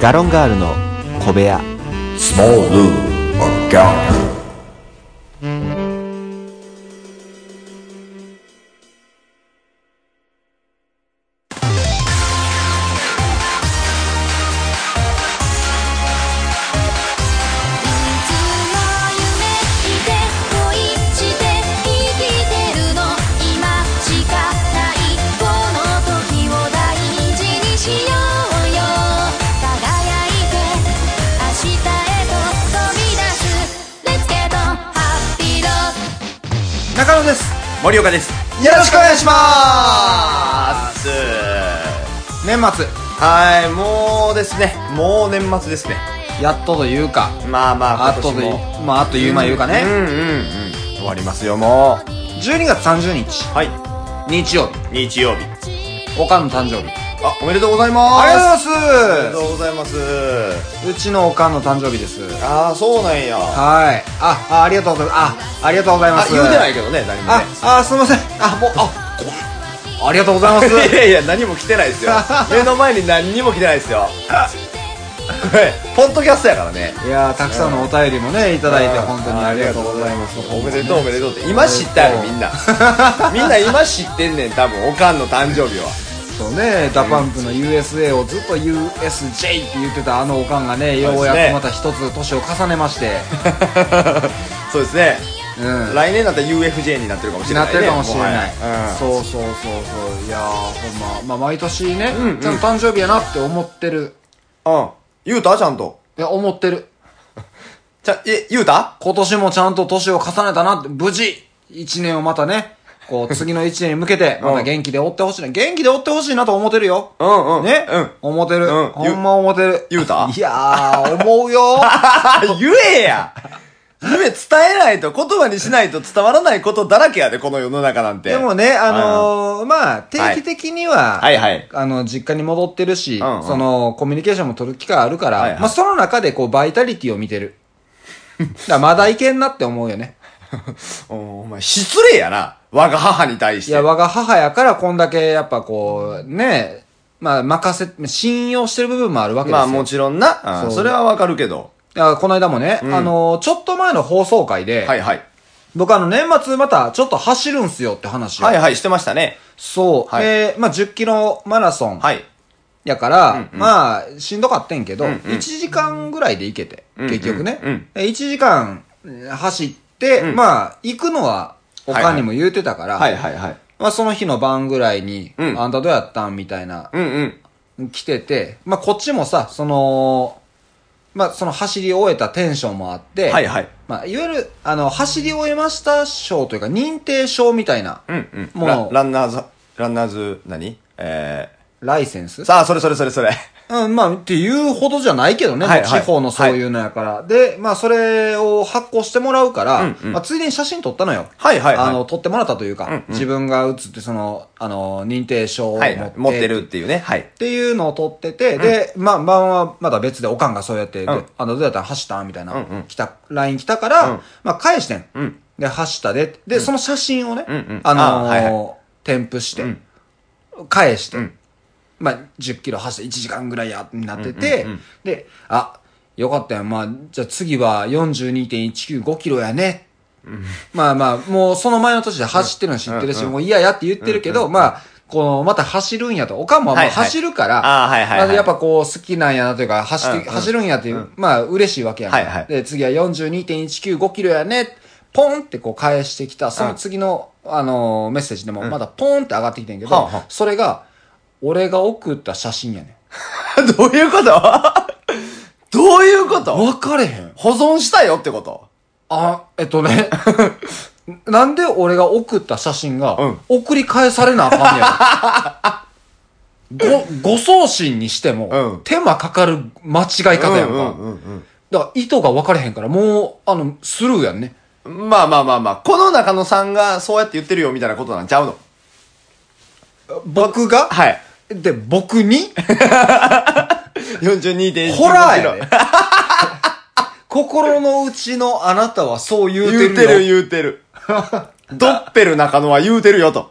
ガロンガールの小部屋 Small Lou or Gallo. いつも夢見て恋して生きてるの今しかないこの時を大事にしようよ輝いて明日へと飛び出す Let's get on happy road 中野です森岡ですよろしくお願いしまあっすーす年末はいもうですねもう年末ですねやっとというかまあまああっ今と年といもうまああっという間いうかうんね、うんうん終わりますよもう12月30日はい日曜日日曜日おかんの誕生日あおめでとうございますありがとうおめございでまとうございますすうちのおかんの誕生日ですはいああそうなんやあああありがとうございますあありがとうございます言うてないいけどね何もねああすいませんあもうあこありがとうございます いやいや何も来てない ですよ目の前に何にも来てない ですよこれポッドキャストやからねいやーたくさんのお便りもねいただいて本当にありがとうございますおめでとうおめでとうって今知ったよみ んなみんな今知ってんねん多分おかんの誕生日はそうねダパンプの USA をずっと USJ って言ってたあのおかんがねそうよですねうやくまた一つ年を重ねましてそうですね、うん来年だったら UFJ になってるかもしれない、なね、ってるかもしれない、もはやうん、そうそうそうそういやーほんま、まあ、毎年ね、んうんちゃんと誕生日やなって思ってるうん言うたちゃんといや思ってるちゃえ言うた今年もちゃんと年を重ねたなって無事一年をまたねこう次の一年に向けてまた元気で追ってほしいな、元気で追ってほしいなと思ってるようんうんね、うん 思ってる、うんほんま思ってる言うたいやー思うよーあ言えや夢伝えないと言葉にしないと伝わらないことだらけやでこの世の中なんてでもね、あのーまあ、定期的には、はいはいあの、実家に戻ってるし、うんうんその、コミュニケーションも取る機会あるから、はいはいまあ、その中でこう、バイタリティを見てる。だからまだいけんなって思う よね。おお前失礼やな我が母に対しいてや、我が母やから、こんだけ、やっぱこう、ね、まあ、任せ、信用してる部分もあるわけですまよ。あもちちろんな、うんそうそれはわかるけどこの間もね、あのーちょっと前の放送会で、はいはい僕あの、年末また、ちょっと走るんすよって話を。はいはいしてましたねそう。はいで、まあ、10キロマラソン。はいやから、うんうんまあ、しんどかってんけど、うんうん1時間ぐらいで行けて、うんうん結局ね、うんで1時間うん走って、うんまあ、行くのは、おかんにも言うてたから、はいはいはいまあ、その日の晩ぐらいに、うんあんたどうやったんみたいな、うんうん来てて、まあ、こっちもさ、その、まあ、その走り終えたテンションもあって、はいはいまあ、いわゆる、あの、走り終えました賞というか、認定賞みたいな、うんうんもうラランナーズランナーズ何えライセンスー、さあそれそれそれそれうん、まあ、っていうほどじゃないけどね、はいはい地方のそういうのやから。で、まあ、それを発行してもらうから、うんうんまあ、ついでに写真撮ったのよ。はいはいはいあの、撮ってもらったというか、んうん自分が写って、その、あの、認定証を持っはて,、いはい持ってるっていうねはいっていうのを撮ってて、で、まあ、晩はまだ別でおかんがそうやって、でうんあの、どうやったら走ったんみたいな、うんうん来た、LINE 来たから、うんまあ、返してん。うんで、走ったで、で、その写真をね、うんうんあのーあはいは添付して、うん返して、うんまあ、10キロ走って1時間ぐらいやってなってうて、んうんうんで、あ、よかったよ。まあ、じゃあ次は42.195キロやね。まあまあ、もうその前の年で走ってるの知ってるし、もう嫌やって言ってるけど、まあ、この、また走るんやと。おかんもまはいあはい走るから、あーはいはいはいまあやっぱこう好きなんやなというか、走って、うんうん走るんやっていう、まあ嬉しいわけやんかはいはいで、次は42.195キロやね。ポンってこう返してきた、その次の、あのーメッセージでも、まだポンって上がってきてんけど、はあはあそれが、俺が送った写真やね どういうこと どういうこん。と分かれへん保存したよってことあ、えっとね、 なんで俺が送った写真がうん、送り返されなあかんねやろ。ご、ご送信にしても、うん手間かかる間違い方やんか。うんだから意図が分かれへんから、もう、あの、スルーやんね。うんまあまあまあまあこの中野さんがそうやって言ってるよみたいなことなんちゃうの僕がはいで、僕に42.1ホラーやね。心の内のあなたはそう言う言てるよ。うてる言うてる ドッペル中野は言うてるよと。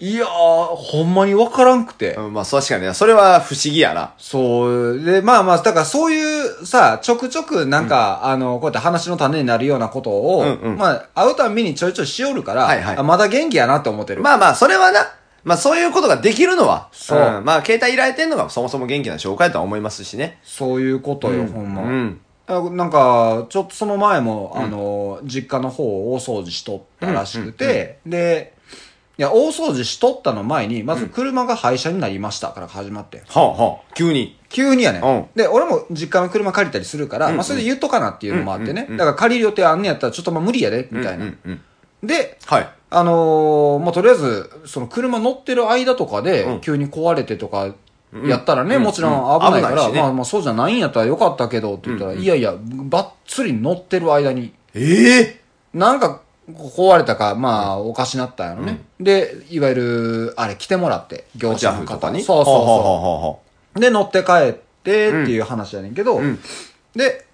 いやー、ほんまにわからんくて。うんまあ、確かにね、それは不思議やな。そう。で、まあまあ、だからそういうさ、ちょくちょくなんか、あの、こうやって話の種になるようなことを、うんうんまあ、会うたんびにちょいちょいしおるから、はいはいあまだ元気やなって思ってる。まあまあ、それはな、まあそういうことができるのは、そううんまあ、携帯いられてんのがそもそも元気な証拠やとは思いますしね。そういうことよ、ほんま。うん。あなんか、ちょっとその前も、あの、実家の方を大掃除しとったらしくて、で、いや、大掃除しとったの前に、まず車が廃車になりましたから始まって。はあはあ、急に。急にやね、うんん。で、俺も実家の車借りたりするから、んうんまあそれで言っとかなっていうのもあってね。うんうんうんだから借りる予定あんねやったらちょっとまあ無理やで、みたいな。うんうんうんで、はい。あのー、まあとりあえず、その車乗ってる間とかうんで、急に壊れてとか、やったらね、もちろん危ないか危なら、いしねまあまあそうじゃないんやったらよかったけど、って言ったら、いやいや、ばっつり乗ってる間に、ええなんか壊れたか、まあ、おかしなったんやろね。で、いわゆる、あれ来てもらって、業ジャ者のフと方かにに。そうそうはあそう。はあはあはで、乗って帰ってっていう話やねんけど、んで、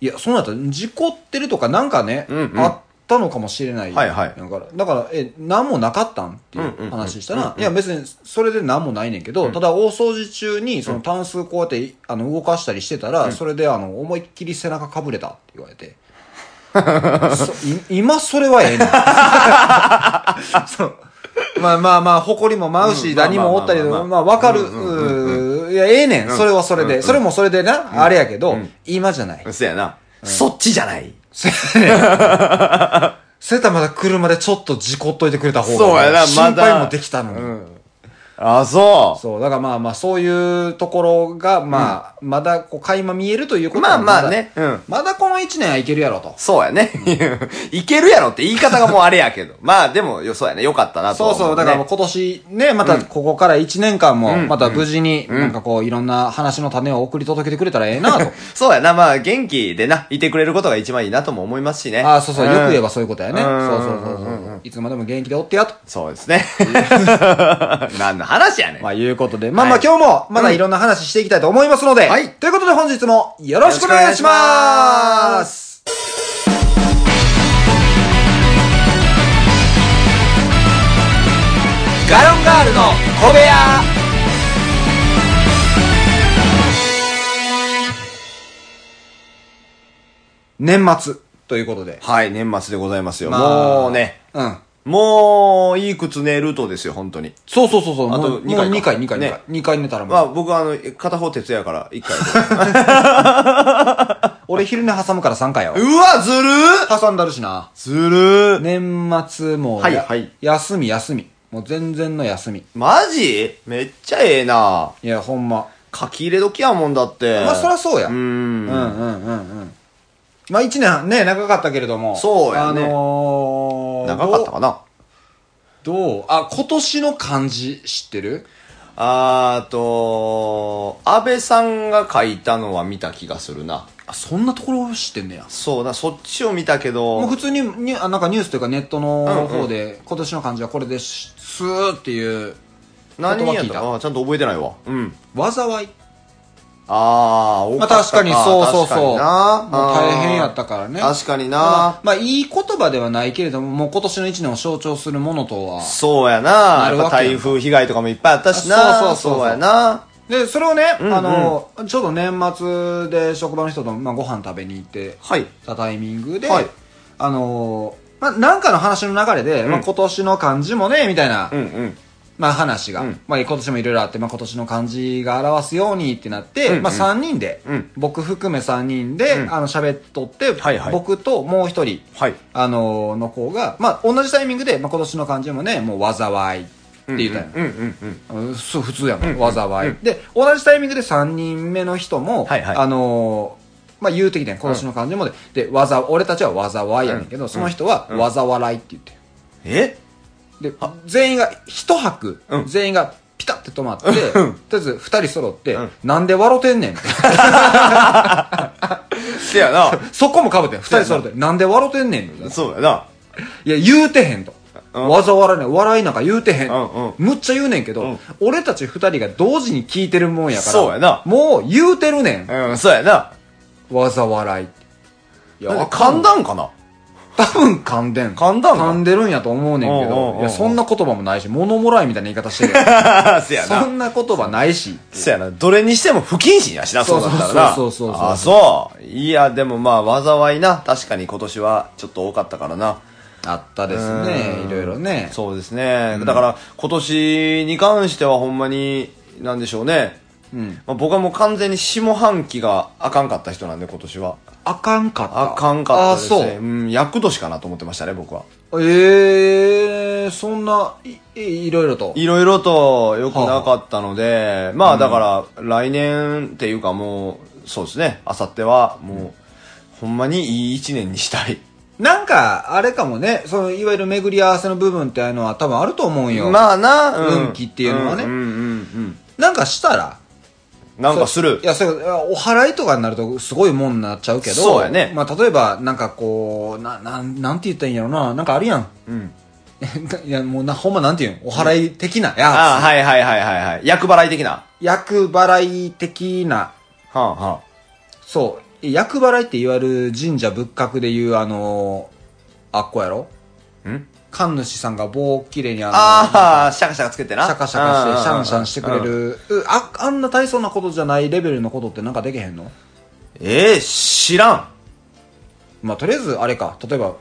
いや、その後、事故ってるとかなんかね、うんうんあったのかもしれない。はいはいだから、だから、え、なんもなかったんっていうんうんう話したら、いや、別に、それでなんもないねんけど、ただ、大掃除中に、その、タンスこうやって、あの、動かしたりしてたら、それで、あの、思いっきり背中かぶれたって言われ て。そい今、それはええね ん。そう。まあまあまあ、誇りも舞ううんし、何もおったりとまあか、ままあわかる。いや、ええねん。それはそれで。それもそれでな、あれやけど、今じゃないあ。。そやな、そっちじゃない。それとまだ車でちょっと事故っといてくれた方が。そうやなま心だ配もできたのに。あ、そう。そう、だからまあまあ、そういうところが、まあ、まだ、こう、垣間見えるということまあはまあね。うん。まだまだこの1年はいけるやろと。そうやね。 いけるやろって言い方がもうあれやけど。 まあでも、よそうやね。よかったなとは思そうね。そう、だからもう今年ね、またここから1年間も、んまた無事に、なんかこう、いろんな話の種を送り届けてくれたらええ なと。そうやな。まあ、元気でな、いてくれることが一番いいなとも思いますしね。ああ、そうそう、よく言えばんそういうことやね。うそんうそうそうそう。いつまでも元気でおってやと。そうです ね。 何の話やねん。まあ、いうことで。まあまはあい今日も、まだいろんな話していきたいと思いますので。はいということで本日も、よろしくお願いしますガロンガールの小部屋年末、ということで。はい、年末でございますよ。まあもうね。うん。もう、いい靴寝るとですよ、本当に。そうそうそう。そうあともう二回かもう2回、2回、2ね回。2回寝たらまもあ、う。僕はあの、片方徹夜から、一回。俺昼寝挟むから3回や わ。うわ、ずるー挟んだるしな。ずるー年末も、はいはい休み休み。もう全然の休み。マジめっちゃええないや、ほんま。書き入れ時やもんだって。まあ、そりゃそうや。うーうんん。うんうんうん。まあ一年ね、長かったけれども。そうやねあのー、長かったかなどうどうあ、今年の漢字知ってるあーと、安倍さんが書いたのは見た気がするな。あ、そんなところ知ってんねや。そうな、そっちを見たけもどう、普通ににあ、なんかニュースというかネットのうんうん方で、今年の漢字はこれです、スーっていう、何言葉やっ聞いたたかなちゃんと覚えてないわ。うん。災い。あー、多まあかった確かにそうそうそう。確もうかにな大変やったからね。確かにただなまあいい言葉ではないけれども、もう今年の一年を象徴するものとは。そうやななやるっぱわけやん台風被害とかもいっぱいあったしなそうそうそうそうやなで、それをね、んうんあの、ちょうど年末で職場の人と、まあ、ご飯食べに行ってはい。たタイミングで、はいあの、まあ、なんかの話の流れで、まあ、今年の漢字もね、みたいな、うんうん。まあ、話が、うんまあ、今年もいろいろあって、まあ、今年の漢字が表すようにってなって、うんうんまあ、3人で、うん僕含め3人で、うんあの、喋っとって、はいはい僕ともう一人、はい。あの、の子が、まあ、同じタイミングで、まあ、今年の漢字もね、もう、災いって言ったよ、うんうんうん。うんそう普通やもん、災い。で、同じタイミングで3人目の人も、はいはいあのーまあ、言うてきてん、今年の漢字もで、で、わざ、俺たちは災いやねんけど、その人は、わざ笑いって言ってえん。で、全員が、一拍、うん全員が、ピタって止まって、うんとりあえず二人揃って、うんなんで笑てんねん って。せやなそこもかぶってん。二人揃って、なんで笑てんねんって。そうやない や、言うてへんと。うんわざわらね、笑いなんか言うてへん。うんうんむっちゃ言うねんけど、うん俺たち二人が同時に聞いてるもんやから、そうやなもう言うてるねん。うん、そうやな。わざ笑い。いなんか噛んだんかな多分噛んでん。噛んだんだ噛んでるんやと思うねんけおうおうおうおどう、いや、そんな言葉もないし、物もらいみたいな言い方してる やんせやそな。んな言葉ないし。せやな。どれにしても不謹慎やしな、そうだったらな。そうそうそうそうそうあ、そう。いや、でもまあ、災いな。確かに今年はちょっと多かったからな。あったですねう。んいろいろね。そうですね。だから、今年に関してはほんまに、なんでしょうね。うん。まあ、僕はもう完全に下半期があかんかった人なんで、今年は。あかんかった。あかんかったですね。あ、うん、厄年かなと思ってましたね、僕は。そう。ええ、そんな、いいいろいろと。いろいろと良くなかったので、まあだから、来年っていうかもう、そうですね、あさってはもう、ほんまにいい一年にしたい。なんか、あれかもね、その、いわゆる巡り合わせの部分っていうのは多分あると思うんよ。まあな、うん、運気っていうのはねうんうんうんなんかしたら、うん。なんかするい。や、そう、お払いとかになるとすごいもんになっちゃうけど。そうやねまあ、例えば、なんかこう、な、なん、なんて言ったらいいんやろな。なんかあるやん。うん。 いや、もうな、ほんまなんて言うんお払い的な。いや、ああ、はいはいはいはいはい。役払い的な。役払い的な。はあはそう。役払いっていわゆる神社仏閣でいう、あのー、あっこやろあ。ん神主さんが棒をきれいにあのああ、シャカシャカつけてな。シャカシャカして、シャンシャンしてくれうん。る。うあ、あんな大層なことじゃないレベルのことってなんかできへんのええ、知らん。まあ、とりあえず、あれか。例えば、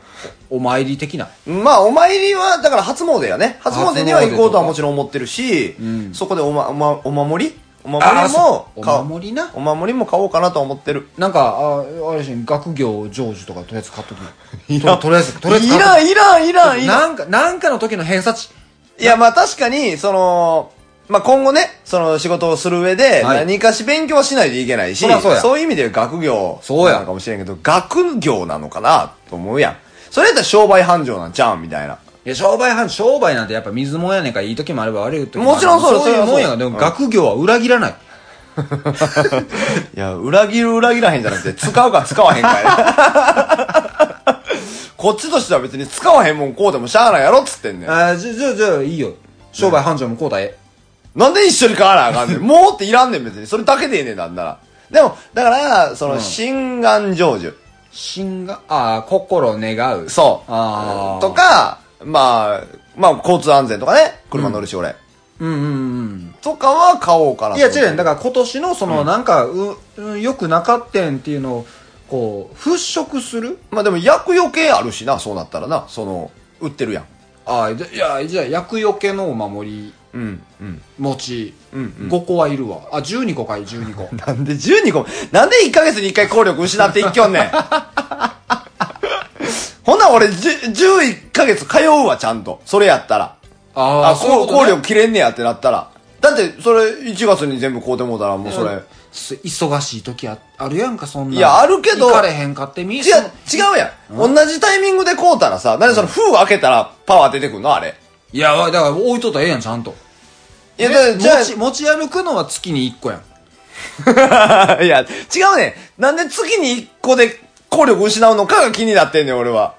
おお参り的な。まあ、お参りは、だから初詣やね。初詣には行こうとはもちろん思ってるし、うんそこでおま、おま、お守りお守りもお買おう守りな。お守りも買おうかなとは思ってる。なんか、あ、あれでしょ、学業成就とかとりあえず買っとく。いらとんとりあえず、とりあえずい買っとらん、いらん、いらん、く。いらん。なんか、なんかの時の偏差値。いや、まあ確かに、その、まあ今後ね、その仕事をする上で、はい何かし勉強はしないといけないし、そらそういやう意味で学業そうやなのかもしれんけど、学業なのかなと思うやん。それやったら商売繁盛なんちゃうんみ たいな。いや、商売は、商売なんてやっぱ水もんやねんから、いい時もあれば悪い時ももある。ちろんそうそういうもんやそが、うでもうん学業は裏切らない。いや、裏切る裏切らへんじゃなくて、使うか 使わへんかや なこっちとしては別に使わへんもんこうでもしゃあないやろっつってんねん。あーじゃ、じゃ、じゃあ、いいよ。商売繁盛もこうだえ。なんで一緒に買わなあかんねん。もうっていらんねん別に。それだけでええねんなんなら。でも、だから、その、心願成就。心が、ああ、心願う。そう。あーとか、まあ、まあ、交通安全とかね。車乗るし、俺。う。うんうんうん。とかは買おうかなうん。とい思や、って。違うやんだから今年のその、なんか、う、うん良くなかったんっていうのを、こう、払拭するまあでも、役余計あるしな、そうなったらな。その、売ってるやん。ああ、じゃ、いや、じゃあ、厄除けのお守り。うん、うん。餅、うんうん5個はいるわあ12個かい12個なんで12個も、なんで1ヶ月に1回効力失っていっきょんねん。 ほんなら俺、じゅ11ヶ月通うわ、ちゃんと。それやったら。 ああ、こう効ね力切れんねやってなったら。だって、それ、1月に全部買うてもうたら、もうそれ。す忙しい時ああるやんかそんなんいやあるけど行かれへんかってみ違う、違うやん。同じタイミングで買うたらさ、なんでその封開けたらパワー出てくんのあれ。いやだから置いとったらええやんちゃんといや、だねじゃ持ち持ち歩くのは月に1個やん あ、いや、違うねん。なんで次に1個で効力失うのかが気になってんねん、俺は。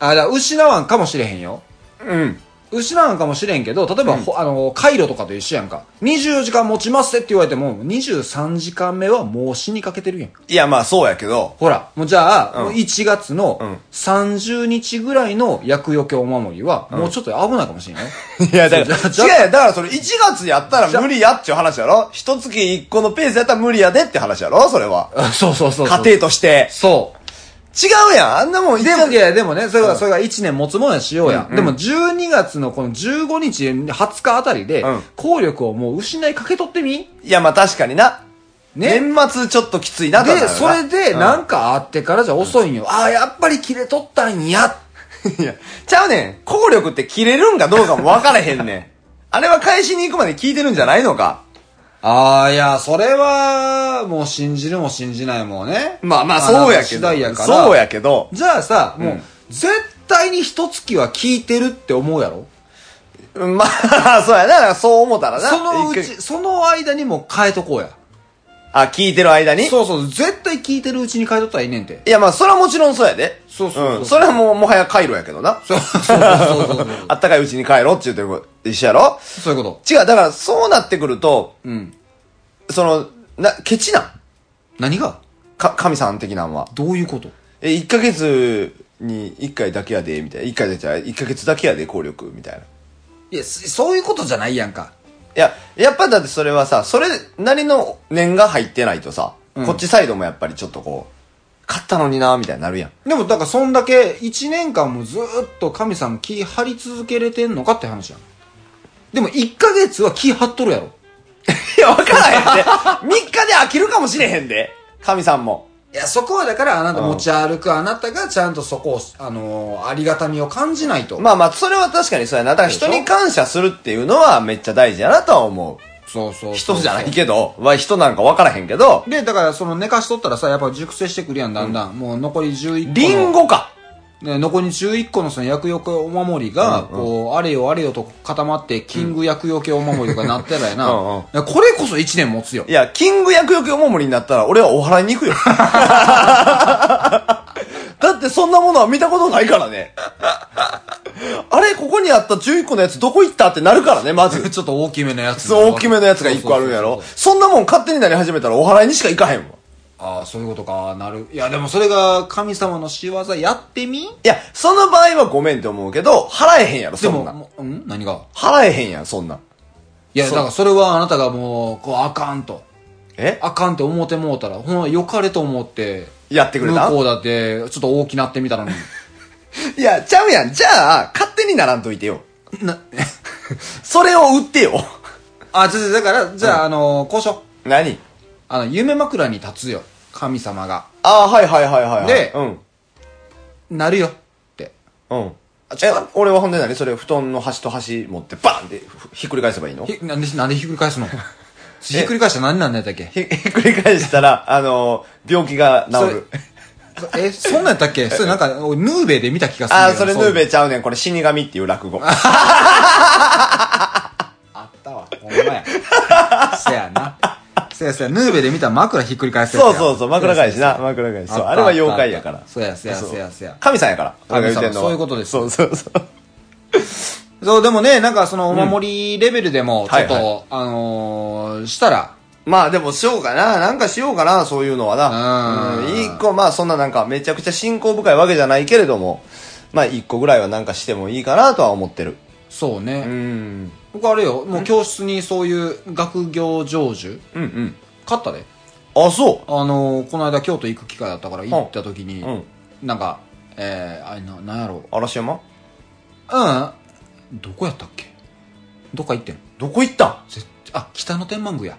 あだから失わんかもしれへんようん。失わんかもしれんけど例えば、ほあの回路とかと一緒やんか24時間持ちますってって言われても23時間目はもう死にかけてるやんいや、まあそうやけど。ほら、もうじゃあ、うんもう1月うのん30日ぐらいの厄除けお守りは、もうちょっと危ないかもしれ ないよ。いや、だから、じゃ違うやんだからそれ1月やったら無理やっちゅう話やろ一月1個のペースやったら無理やでって話やろそれは。あそうそうそうそう。家庭として。そ違うやんあんなもんう。一で月も、いや、でもね、それが、それが1年持つもんやしようや。でも、12月のこの15日、20日あたりでうん、効力をもう失いかけ取ってみいや、まあ確かにな。ね年末ちょっときついな、で、だかそらなれで、なんかあってからじゃ遅いんよ。ああ、やっぱり切れとったんや。 いや、ちゃうねん。効力って切れるんかどうかも分からへんねん。 あれは返しに行くまで聞いてるんじゃないのか。ああ、いや、それは、もう信じるも信じないもね。まあまあ、そうやけ次ど。第やから。そうやけど。じゃあさ、もう、うん絶対に一月は聞いてるって思うやろ まあ、そうやな。そう思ったらな。そのう一回ち、その間にもう変えとこうや。あ、聞いてる間に。そうそう、絶対聞いてるうちに変えとったらええねんて。いや、まあ、それはもちろんそうやで。そうそうそううん。それはもう、もはや回路やけどな。そうそう そうそうそう。あったかいうちに帰ろうって言うてること一緒やろそういうこ違う、だから、そうなってくると、と。うん。その、な、ケチなん何がか、神さん的なんは。どういうことえ、1ヶ月に一回だけやで、みたいな。一回だけじゃ、一ヶ月だけやで、効力、みたいな。いいや、そそういうことじゃないやんか。や、やっぱだってそれはさ、それなりの念が入ってないとさ、うんこっちサイドもやっぱりちょっとこう、勝ったのにな、みたいになるやん。でも、だから、そんだけ、一年間もずーっと神さん気張り続けれてんのかって話やん。でも、一ヶ月は気張っとるやろ。 いや、わ からへんで。3日で飽きるかもしれへんで。神さんも。いや、そこはだから、あなたうん持ち歩く、あなたがちゃんとそこを、あのーありがたみを感じないと。まあまあ、それは確かにそうやな。だから人でしょに感謝するっていうのはめっちゃ大事やなとは思う。そうそうそう人じゃないけど、は人なんかわからへんけど、で、だから、その寝かしとったらさ、やっぱ熟成してくるやん、だんだん。もう残り11個の。リンゴか。ね、残り11個のその薬用系お守りが、うんうんこう、あれよあれよと固まって、キング薬用系お守りとかなってたらやうな。んうんいやこれこそ1年持つよ い。や、キング薬よけお守りになったら俺はお払いに行くよ。だってそんなものは見たことないからね。あれ、ここにあった11個のやつどこ行ったってなるからね、まず。ちょっと大きめのやつ。そう大きめのやつが1個あるんやろ。そんなもん勝手になり始めたらお払いにしか行かへんわ。ああ、そういうことか。なる。いや、でもそれが神様の仕業やってみいや、その場合はごめんって思うけど、払えへんやろ、でそんなん。も、もうん何が払えへんやん、そんなん。いや、だそうからそれはあなたがもう、こう、あかんと。えあかんって思ってもうたら、ほんま良かれと思って、やってくれた向こうだって、ちょっと大きなってみたの に。いや、ちゃうやん。じゃあ、勝手にならんといてよ。な、それを売ってよ。 あ、ちょっと、だから、じゃあ、あの、交渉。何あの、夢枕に立つよ。神様が。ああ、はいはいはいはいはい。でうん。なるよ。って。うん。ちえょっと、俺はほんで何それ、布団の端と端持って、バンってふひっくり返せばいいのひひなんで、なんでひっくり返 すのひっくり返したら何なんだったっけひっくり返したら、あのー、病気がそ治れる。え、そんなんやった っけそれなんか、俺ヌーベイで見た気がするんあだあ、けそど。れヌーベイ。ちゃうねん。これ死神っていう落語。あったわ。ほんまや。 せやな。せやせや、ヌーベイで見た枕ひっくり返すやつやそうそうそう、枕返しな。枕返し。そう、ったあれは妖怪やかあっら。たそうやそうやそうそうやそうや神さんやから。神様俺が言てんのはそういうことですそうそうそう。そう、でもね、なんかそのお守りレベルでも、ちょっと、はいはあのー、したら、まあでもしようかな。なんかしようかな、そういうのはな。うんうん。一個、まあそんななんかめちゃくちゃ信仰深いわけじゃないけれども、まあ一個ぐらいはなんかしてもいいかなとは思ってる。そうね。うん。僕あれよ、もう教室にそういう学業成就、うんうん。買ったで。あ、そあのー、この間京都行く機会だったから行った時に、う。うん。なんか、えー、あれな、なんやろ嵐山う。うん。どこやったっけどっか行ってん。どこ行ったんぜあ、北野天満宮や。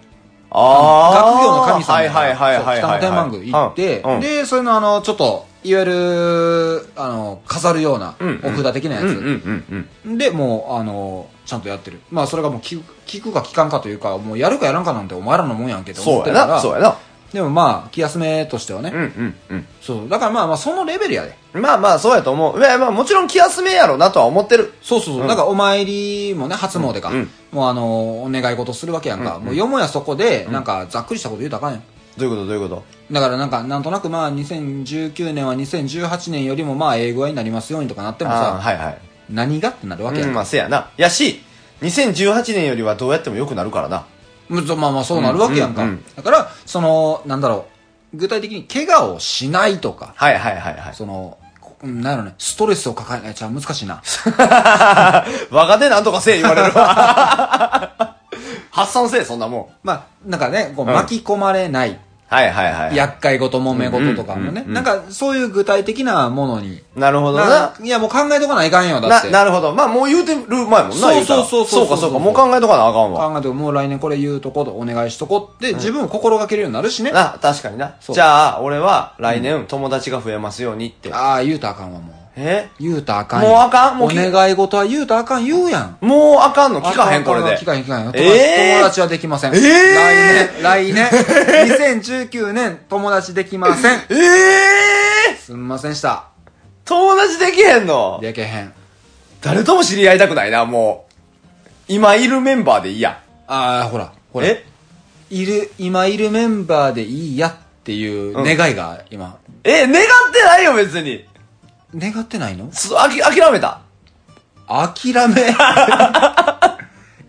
ああ。学業の神様はいやかはいらはいはいはい。そう北野天満宮行って、うんうんで、それのあの、ちょっと、いわゆる、あの、飾るような、うんうおん札的なやつ。うんうんうんうん。で、もう、あの、ちゃんとやってる。まあ、それがもう聞く、聞くか聞かんかというか、もうやるかやらんかなんてお前らのもんやんけって思っそうてやるから。な、そうやな。でもまあ、気休めとしてはね。うんうんうん。そう。だからまあまあ、そのレベルやで。まあまあ、そうやと思う。いや、まあもちろん気休めやろなとは思ってる。そうそうそう。うんだからお参りもね、初詣か。うんもうあの、お願い事するわけやんか。うんもうよもやそこで、なんか、ざっくりしたこと言うたらあかんやん。どういうことどういうことだからなんか、なんとなくまあ、2019年は2018年よりもまあ、ええ具合になりますようにとかなってもああー、さ、はいはい。何がってなるわけやうんん、まか。あせやな。やし、2018年よりはどうやっても良くなるからな。むずまあまあ、そうなるわけやんか。うんうんだから、その、なんだろう、具体的に怪我をしないとか、はいはいはいはい。その、こうんなんやろね、ストレスを抱え、えじゃあ難しいな。若手なんとかせえ 言われるわ。 発散せえ、そんなもん。まあ、なんかね、こううん巻き込まれない。はいはいはい。厄介事、揉め事とかもねう。んうんうんうんなんか、そういう具体的なものに。なるほどなな。いや、もう考えとかないかんよ、だっな、て。なるほど。まあもう言うてる前もんな。そう言たらそうそそうそううかそそううか。もう考えとかなあかんわ。考えとか、もう来年これ言うとことお願いしとこって、自分を心がけるようになるしね。あな、確かにな。そうじゃあ、俺は来年友達が増えますようにって。あー、言うたらあかんわ、もう。え言うたらあかんよもうあかんもうお聞い願い事は言うたらあかん言うやん。もうあかんの聞かへん、あこあれあで。聞かへん、聞かへん。友達,、えー友達はできません。え来 年、来年、2019年、友達できません。ええーすんませんした。友達できへんのでけへん。誰とも知り合いたくないな、もう。今いるメンバーでいいや。ああ、ほら、ほら。えいる、今いるメンバーでいいやっていう願いが今、え、願ってないよ、別に。願ってないのす、あき、諦めた。諦 め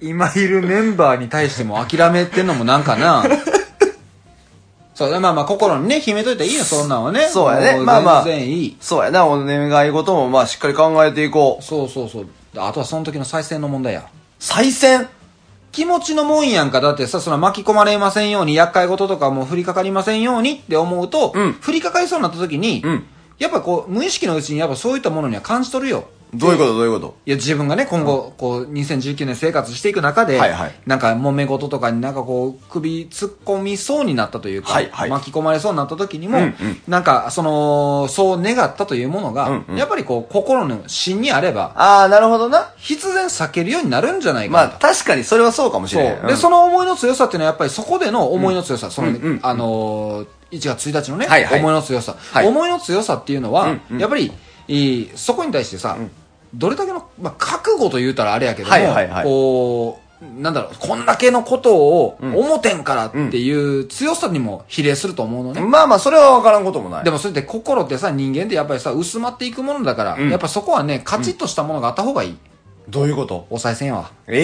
今いるメンバーに対しても諦めてんのもなんかなそう、まあまあ、心にね、秘めといていいよ、そんなんはね。そうやもね。まあまあ。全然いい。そうやな、お願い事もまあしっかり考えていこう。そうそうそう。あとはその時の再選の問題や。再選気持ちのもんやんか。だってさ、その巻き込まれませんように、厄介事とかも降りかかりませんようにって思うと、うん降りかかりそうになった時に、うんやっぱこう、無意識のうちにやっぱそういったものには感じ取るよ。どういうことどういうこといや、自分がね、今後、こう、2019年生活していく中で、はいはいなんか、揉め事とかになんかこう、首突っ込みそうになったというか、はいはい巻き込まれそうになった時にも、うんうんなんか、その、そう願ったというものが、うんうんやっぱりこう、心の芯にあれば、ああ、なるほどな。必然避けるようになるんじゃないかまなあと。確かにそれはそうかもしそうれない。。で、うんその思いの強さっていうのはやっぱりそこでの思いの強さ、その、うんうんあのー1月1日のね、はいはい思いの強さ、はい思いの強さっていうのは、うんうんやっぱり、いいそこに対してさ、どれだけの、まあ、覚悟と言うたらあれやけども、はいはいはいこう、なんだろう、こんだけのことを、表んからっていう強さにも比例すると思うのね。まあまあ、それは分からんこともない。でもそれって心ってさ、人間ってやっぱりさ、薄まっていくものだから、うんやっぱそこはね、カチッとしたものがあった方がいい。どういうことお賽銭は。え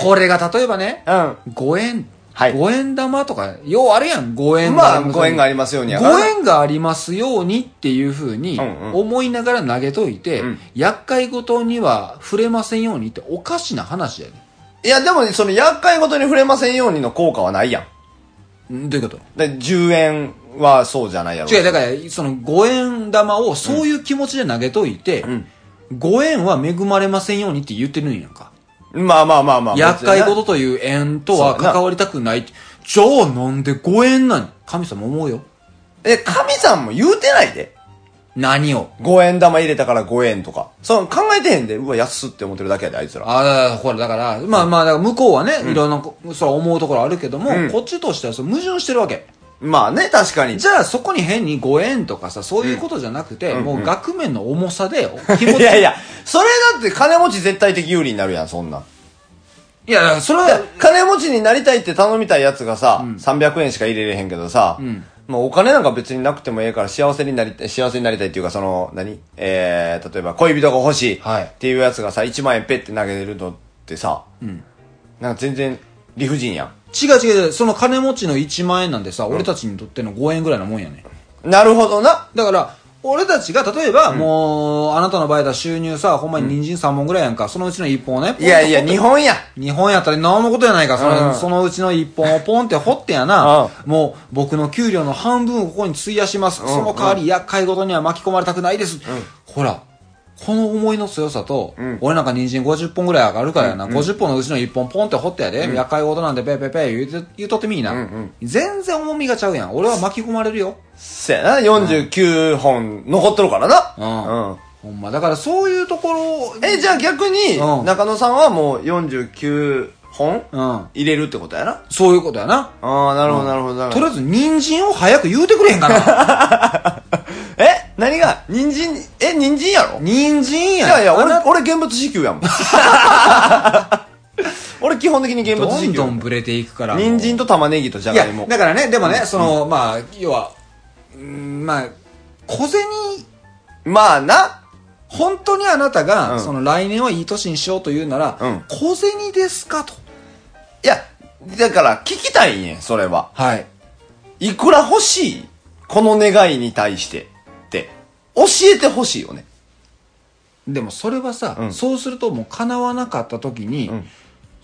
えこれが例えばね、ー5円、はい5円玉とか、ようあるやん、5う円ん。まあ、りますご縁がありますようにやからご縁がありますようにっていうふうにうんうん思いながら投げといて、うん厄介事には触れませんようにっておかしな話やいで。や、でも、その、厄介ごとに触れませんようにの効果はないやん。んどういうことで、10円はそうじゃないやろ。違う、だから、その5円玉をそういう気持ちで投げといて、んご縁は恵まれませんようにって言ってるんやんか。まあまあまあまあ。厄介別に事ねという縁とは関わりたくないって。じゃあなんでご縁なん神様思うよ。え、神さんも言うてないで。何を。 5円玉入れたから5円とか。そう、考えてへんで。うわ、安って思ってるだけやで、あいつら。ああ、ほら、だから、まあまあ、だから向こうはね、いろんなこ、そう思うところあるけども、うんこっちとしてはそう矛盾してるわけ。まあね、確かに。じゃあ、そこに変にご縁とかさ、そういうことじゃなくて、うんもう額面の重さで、気持ち。いやいや、それだって金持ち絶対的有利になるやん、そんなん。いや、それ いやは、金持ちになりたいって頼みたいやつがさ、300円しか入れれへんけどさ、んまあお金なんか別になくてもええから幸せになりたい、幸せになりたいっていうかその、何えー、例えば恋人が欲しいっはいていうやつがさ、1万円ペッて投げれるのってさ、なんか全然理不尽やん。違う違う違う、その金持ちの1万円なんてさ、俺たちにとってのご縁ぐらいのもんやね。なるほどな。だから、俺たちが、例えば、もう、あなたの場合だ収入さ、ほんまに人参3本ぐらいやんか、そのうちの1本をね、いやいや、日本や。日本やったら何のことやないか、その,、うんそのうちの一本をポンって掘ってやな、もう僕の給料の半分をここに費やします。その代わり厄介事には巻き込まれたくないです。ほら、この思いの強さと、俺なんか人参50本ぐらい上がるからやな、50本のうちの一本ポンって掘ってやで、厄介事なんでペーペーペー言うて言うとってみいな、全然重みがちゃうやん。俺は巻き込まれるよ。せやな、49本残っとるからな。うんほんま、だからそういうところをうん。え、じゃあ逆に、うん中野さんはもう49本うん入れるってことやな。そういうことやな。ああ、なるほど、なるほど、なるほど。とりあえず人参を早く言うてくれへんかな。え何が人参、え、人参やろい人参やんやいや、あなた俺、俺現物支給や もん。俺基本的に現物ど支ん給。どんブレていくから。人参とと玉ねぎとじゃいがやいも、。だからね、でもね、その、まあ、要は、うんまあ、小銭、まあな。本当にあなたが、うんその来年はいい年にしようというなら、うん小銭ですかと。いや、だから聞きたいねん、それは。はい。いくら欲しいこの願いに対して。って。教えてほしいよね。でもそれはさ、うんそうするともう叶わなかった時に、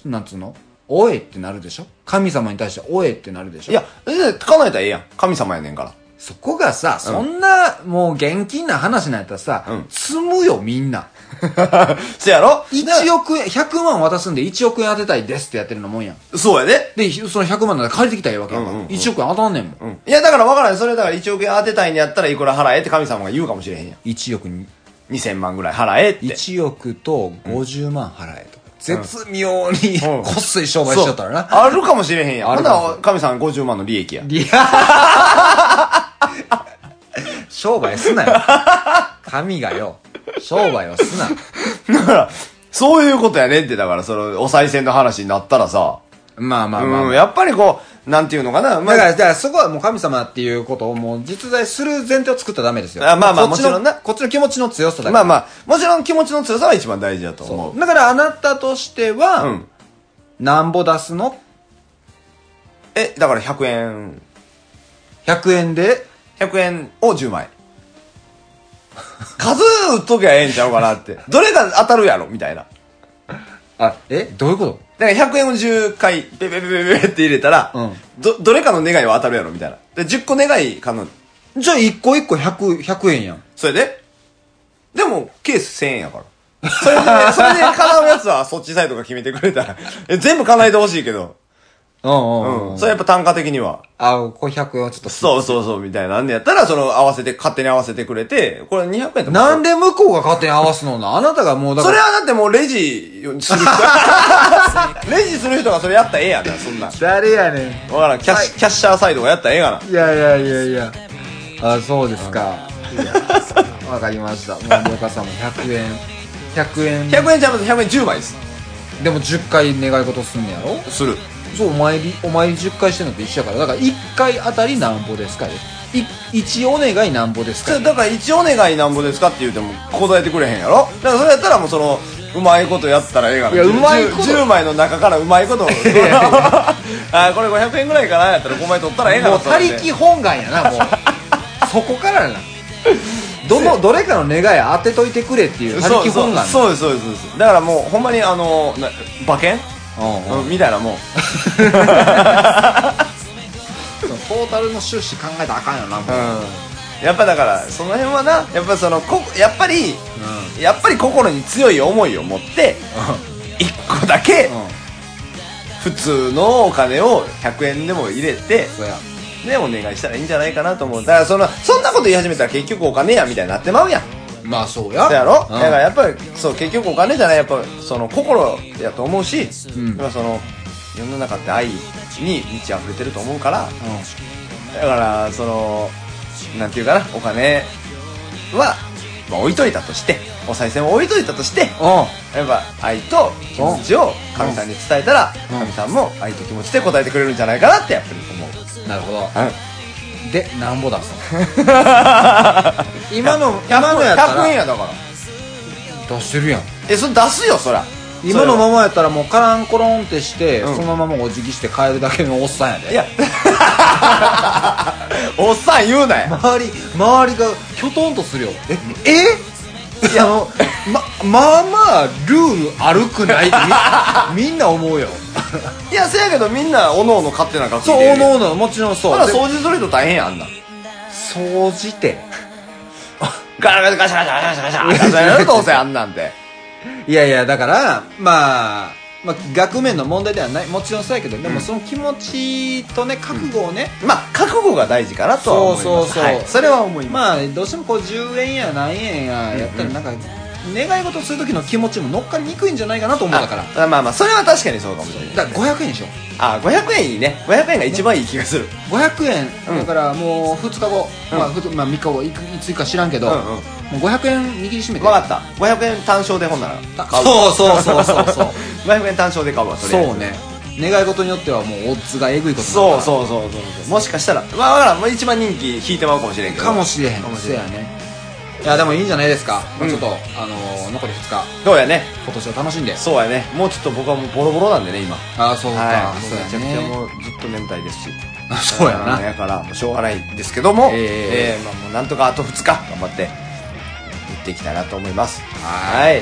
なんつうのおえってなるでしょ神様に対しておえってなるでしょいや、え叶えたらええやん。神様やねんから。そこがさ、そんな、もう現金な話なんやったらさ、うん積むよみん な。せやろ1億円、100万渡すんで1億円当てたいですってやってるのもんやん。そうやで。で、ひその100万なんか借りてきたらええわけやんかうんうんうん1億円当たんねんもん。うん。いや、だから分からん。それだから1億円当てたいんやったらいくら払えって神様が言うかもしれへんやん。 1億に、 2000万ぐらい払えって。 1億と50万払えとか。絶妙に、こっそり商売しちゃったらな。そうあるかもしれへんやん。あほるなかもしれん、神さん50万の利益や。リア商売すなよ。 神がよ。商売はすな。だから、そういうことやねんって、だから、その、お賽銭の話になったらさ、まあまあまあうん、まあ。やっぱりこう、なんていうのかな、まだから、あ、だからそこはもう神様っていうことをもう実在する前提を作ったらダメですよ。あまあまあこっちものちろんなこっちの気持ちの強さだから。まあまあ、もちろん気持ちの強さは一番大事だと思。そううだからあなたとしては、うんなんぼ出すのえ、だから100円100円で、 100円を10枚。数打っときゃええんちゃうかな って。どれが当たるやろみたいな。あ、えどういうこだから100円を10回、ペペペペペペって入れたら、うんど、どれかの願いは当たるやろみたいな。で、10個願いかな。とじゃあ1個1個100、100円やん。それででも、ケース1000円やから。それで、それで叶うやつはそっちサイドが決めてくれたら、え全部叶えてほしいけど。うんううんん。うん。それやっぱ単価的には。あ、これ100円をちょっと。そうそうそう、みたいなんでやったら、その合わせて、勝手に合わせてくれて、これ200円とか。なんで向こうが勝手に合わすのなあなたがもうだそかれら。はだってもうレジす る人。レジする人がそれやったらええやんな、そんなん。わ誰やねからん、キャッシュ、キャッシャーサイドがやったらええがな。ん。いやいやいやいや。あ、そうですか。いやわかりました。もう、りょうかさんも100円。100円。 100円ちゃいます、100円10枚です。でも10回願い事すんねやろする。そう、お参り、お参り10回してんのと一緒やから。だから1回あたりなんぼですかね。い、1お願いなんぼですそかれだから一応お願いなんぼですかって言うても答えてくれへんやろだからそれやったらもうそのうまいことやったらええがないやうまいこと 10, 枚の中からうまい こと あこれ500円ぐらいかなやったら5枚取ったらええがなもう他力本願や な、もう。そこからや な。どの、どれかの願い当てといてくれっていう、他力本願な。そうそうそうですそうですそうですだからもうほんまにあのな馬券うんうんみたいなも んトータルの収支考えたらあかんよな、もうやっぱだからその辺はなやっぱそのこやっぱり、やっぱり心に強い思いを持って一個だけうん普通のお金を100円でも入れてそうやねお願いしたらいいんじゃないかなと思うだからそのそんなこと言い始めたら結局お金やみたいになってまうやんまあそうやそやろ、うんだからやっぱりそう結局お金じゃないやっぱその心やと思うし、うんやっぱその世の中って愛に満ち溢れてると思うからうだからそのなんていうかなお金は、まあ、置いといたとしてお賽銭を置いといたとしてんうんやっぱ愛と気持ちを神さんに伝えたらうん神さんも愛と気持ちで答えてくれるんじゃないかなってやっぱり思うなるほどはいでなんぼ出すの 今の今のやった100円らやだから出してるやんえそれ出すよそら今のままやったらもうカランコロンってして、うんそのままお辞儀して帰るだけのおっさんやでいやおっさん言うなや周り周りがきょとんとするよええ いやあのままあまあルール歩くないって みみんな思うよいやせやけどみんなおのおの勝手な格好そうでおのおのもちろんそうほらで掃除する人大変やんあんな総じてガラガラガシャガシャガシャガシャガシャガシャやるどうせあんなんていやいやだからまあ、まあ、額面の問題ではないもちろんそうやけどでもその気持ちとね覚悟をね、まあ覚悟が大事かなとは思いますそうそうそうはいそれは思いますまあどうしてもこう10円や何円ややったらなんか、願い事する時の気持ちも乗っかりにくいんじゃないかなと思うだからあまあまあそれは確かにそうかもしれないだから500円でしょあ500円いいね500円が一番いい気がする500円、うんだからもう2日後、うんまあふつまあ、3日後いくいついか知らんけど、うんうんもう500円握りしめ分てかった500円単勝でほんなら買うそうそうそうそ うそう500円単勝で買うわそれそうね願い事によってはもうオッズがえぐいことになるかそうそらうそうそうそうもしかしたらまあだからんもう一番人気引いてまうかもしれんけどかもしれへんかもしれへんそうやねいやでもいいんじゃないですか、うまあんちょっとあのー残り2日どうやね今年を楽しんでそうやねもうちょっと僕はもうボロボロなんでね今ああそうか、はいそう やめちゃくちゃねもうずっと眠たいですしそうやあなのやからもうしょうがないんですけどもええええまあもうなんとかあと2日頑張って行っていきたいなと思いますははい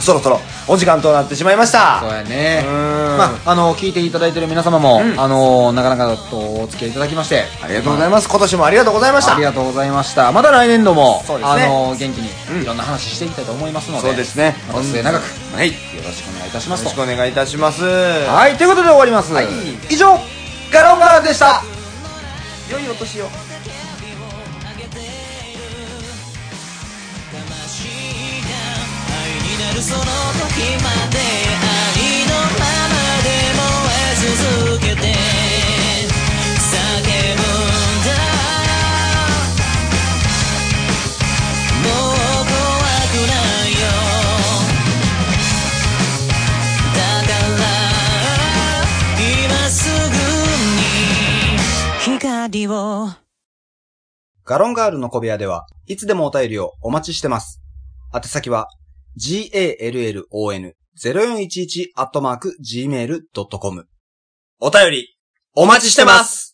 そろそろお時間となってしまいましそうたやねうーんまああの聞いていただいてる皆様も、んあのーなかなかとお付き合いいただきましてありがとうございます今年もありがとうございましたありがとうございましたまた来年度も、そうですあねのー元気うんにいろんな話していきたいと思いますので、そうですねお末長くはいよよろしくお願いいたしろますとしくお願いいたしますははいということで終わります、はい以上ガロンガランでしたい良いお年をその時まで愛のままで燃え続けて叫ぶんだもう怖くないよだから今すぐに光をガロンガールの小部屋では、いつでもお便りをお待ちしてます。宛先は、gallon0411-gmail.com。お便りお待ちしてます